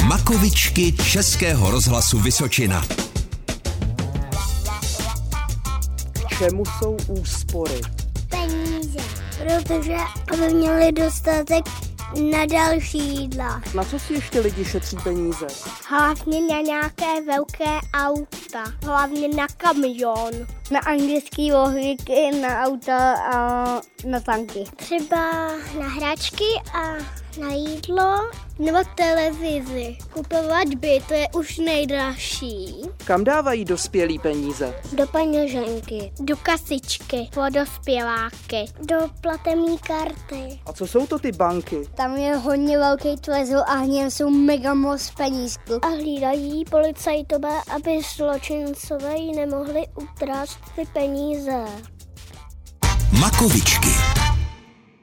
Píkovičky Českého rozhlasu Vysočina. K čemu jsou úspory? peníze, protože aby měli dostatek na další jídla. Na co si ještě lidi šetří peníze? Hlavně na nějaké velké auta, hlavně na kamion. Na anglický vohlíky, na auta a na tanky. Třeba na hračky a na jídlo nebo televizi. Kupovat by, to je už nejdražší. Kam dávají dospělí peníze? Do peněženky. Do kasičky. Po dospěláky. Do platemní karty. A co jsou to ty banky? Tam je hodně velký trezor a hněm jsou mega moc penízku. a hlídají policajtové, aby zločincové ji nemohli utráct ty peníze. Makovičky.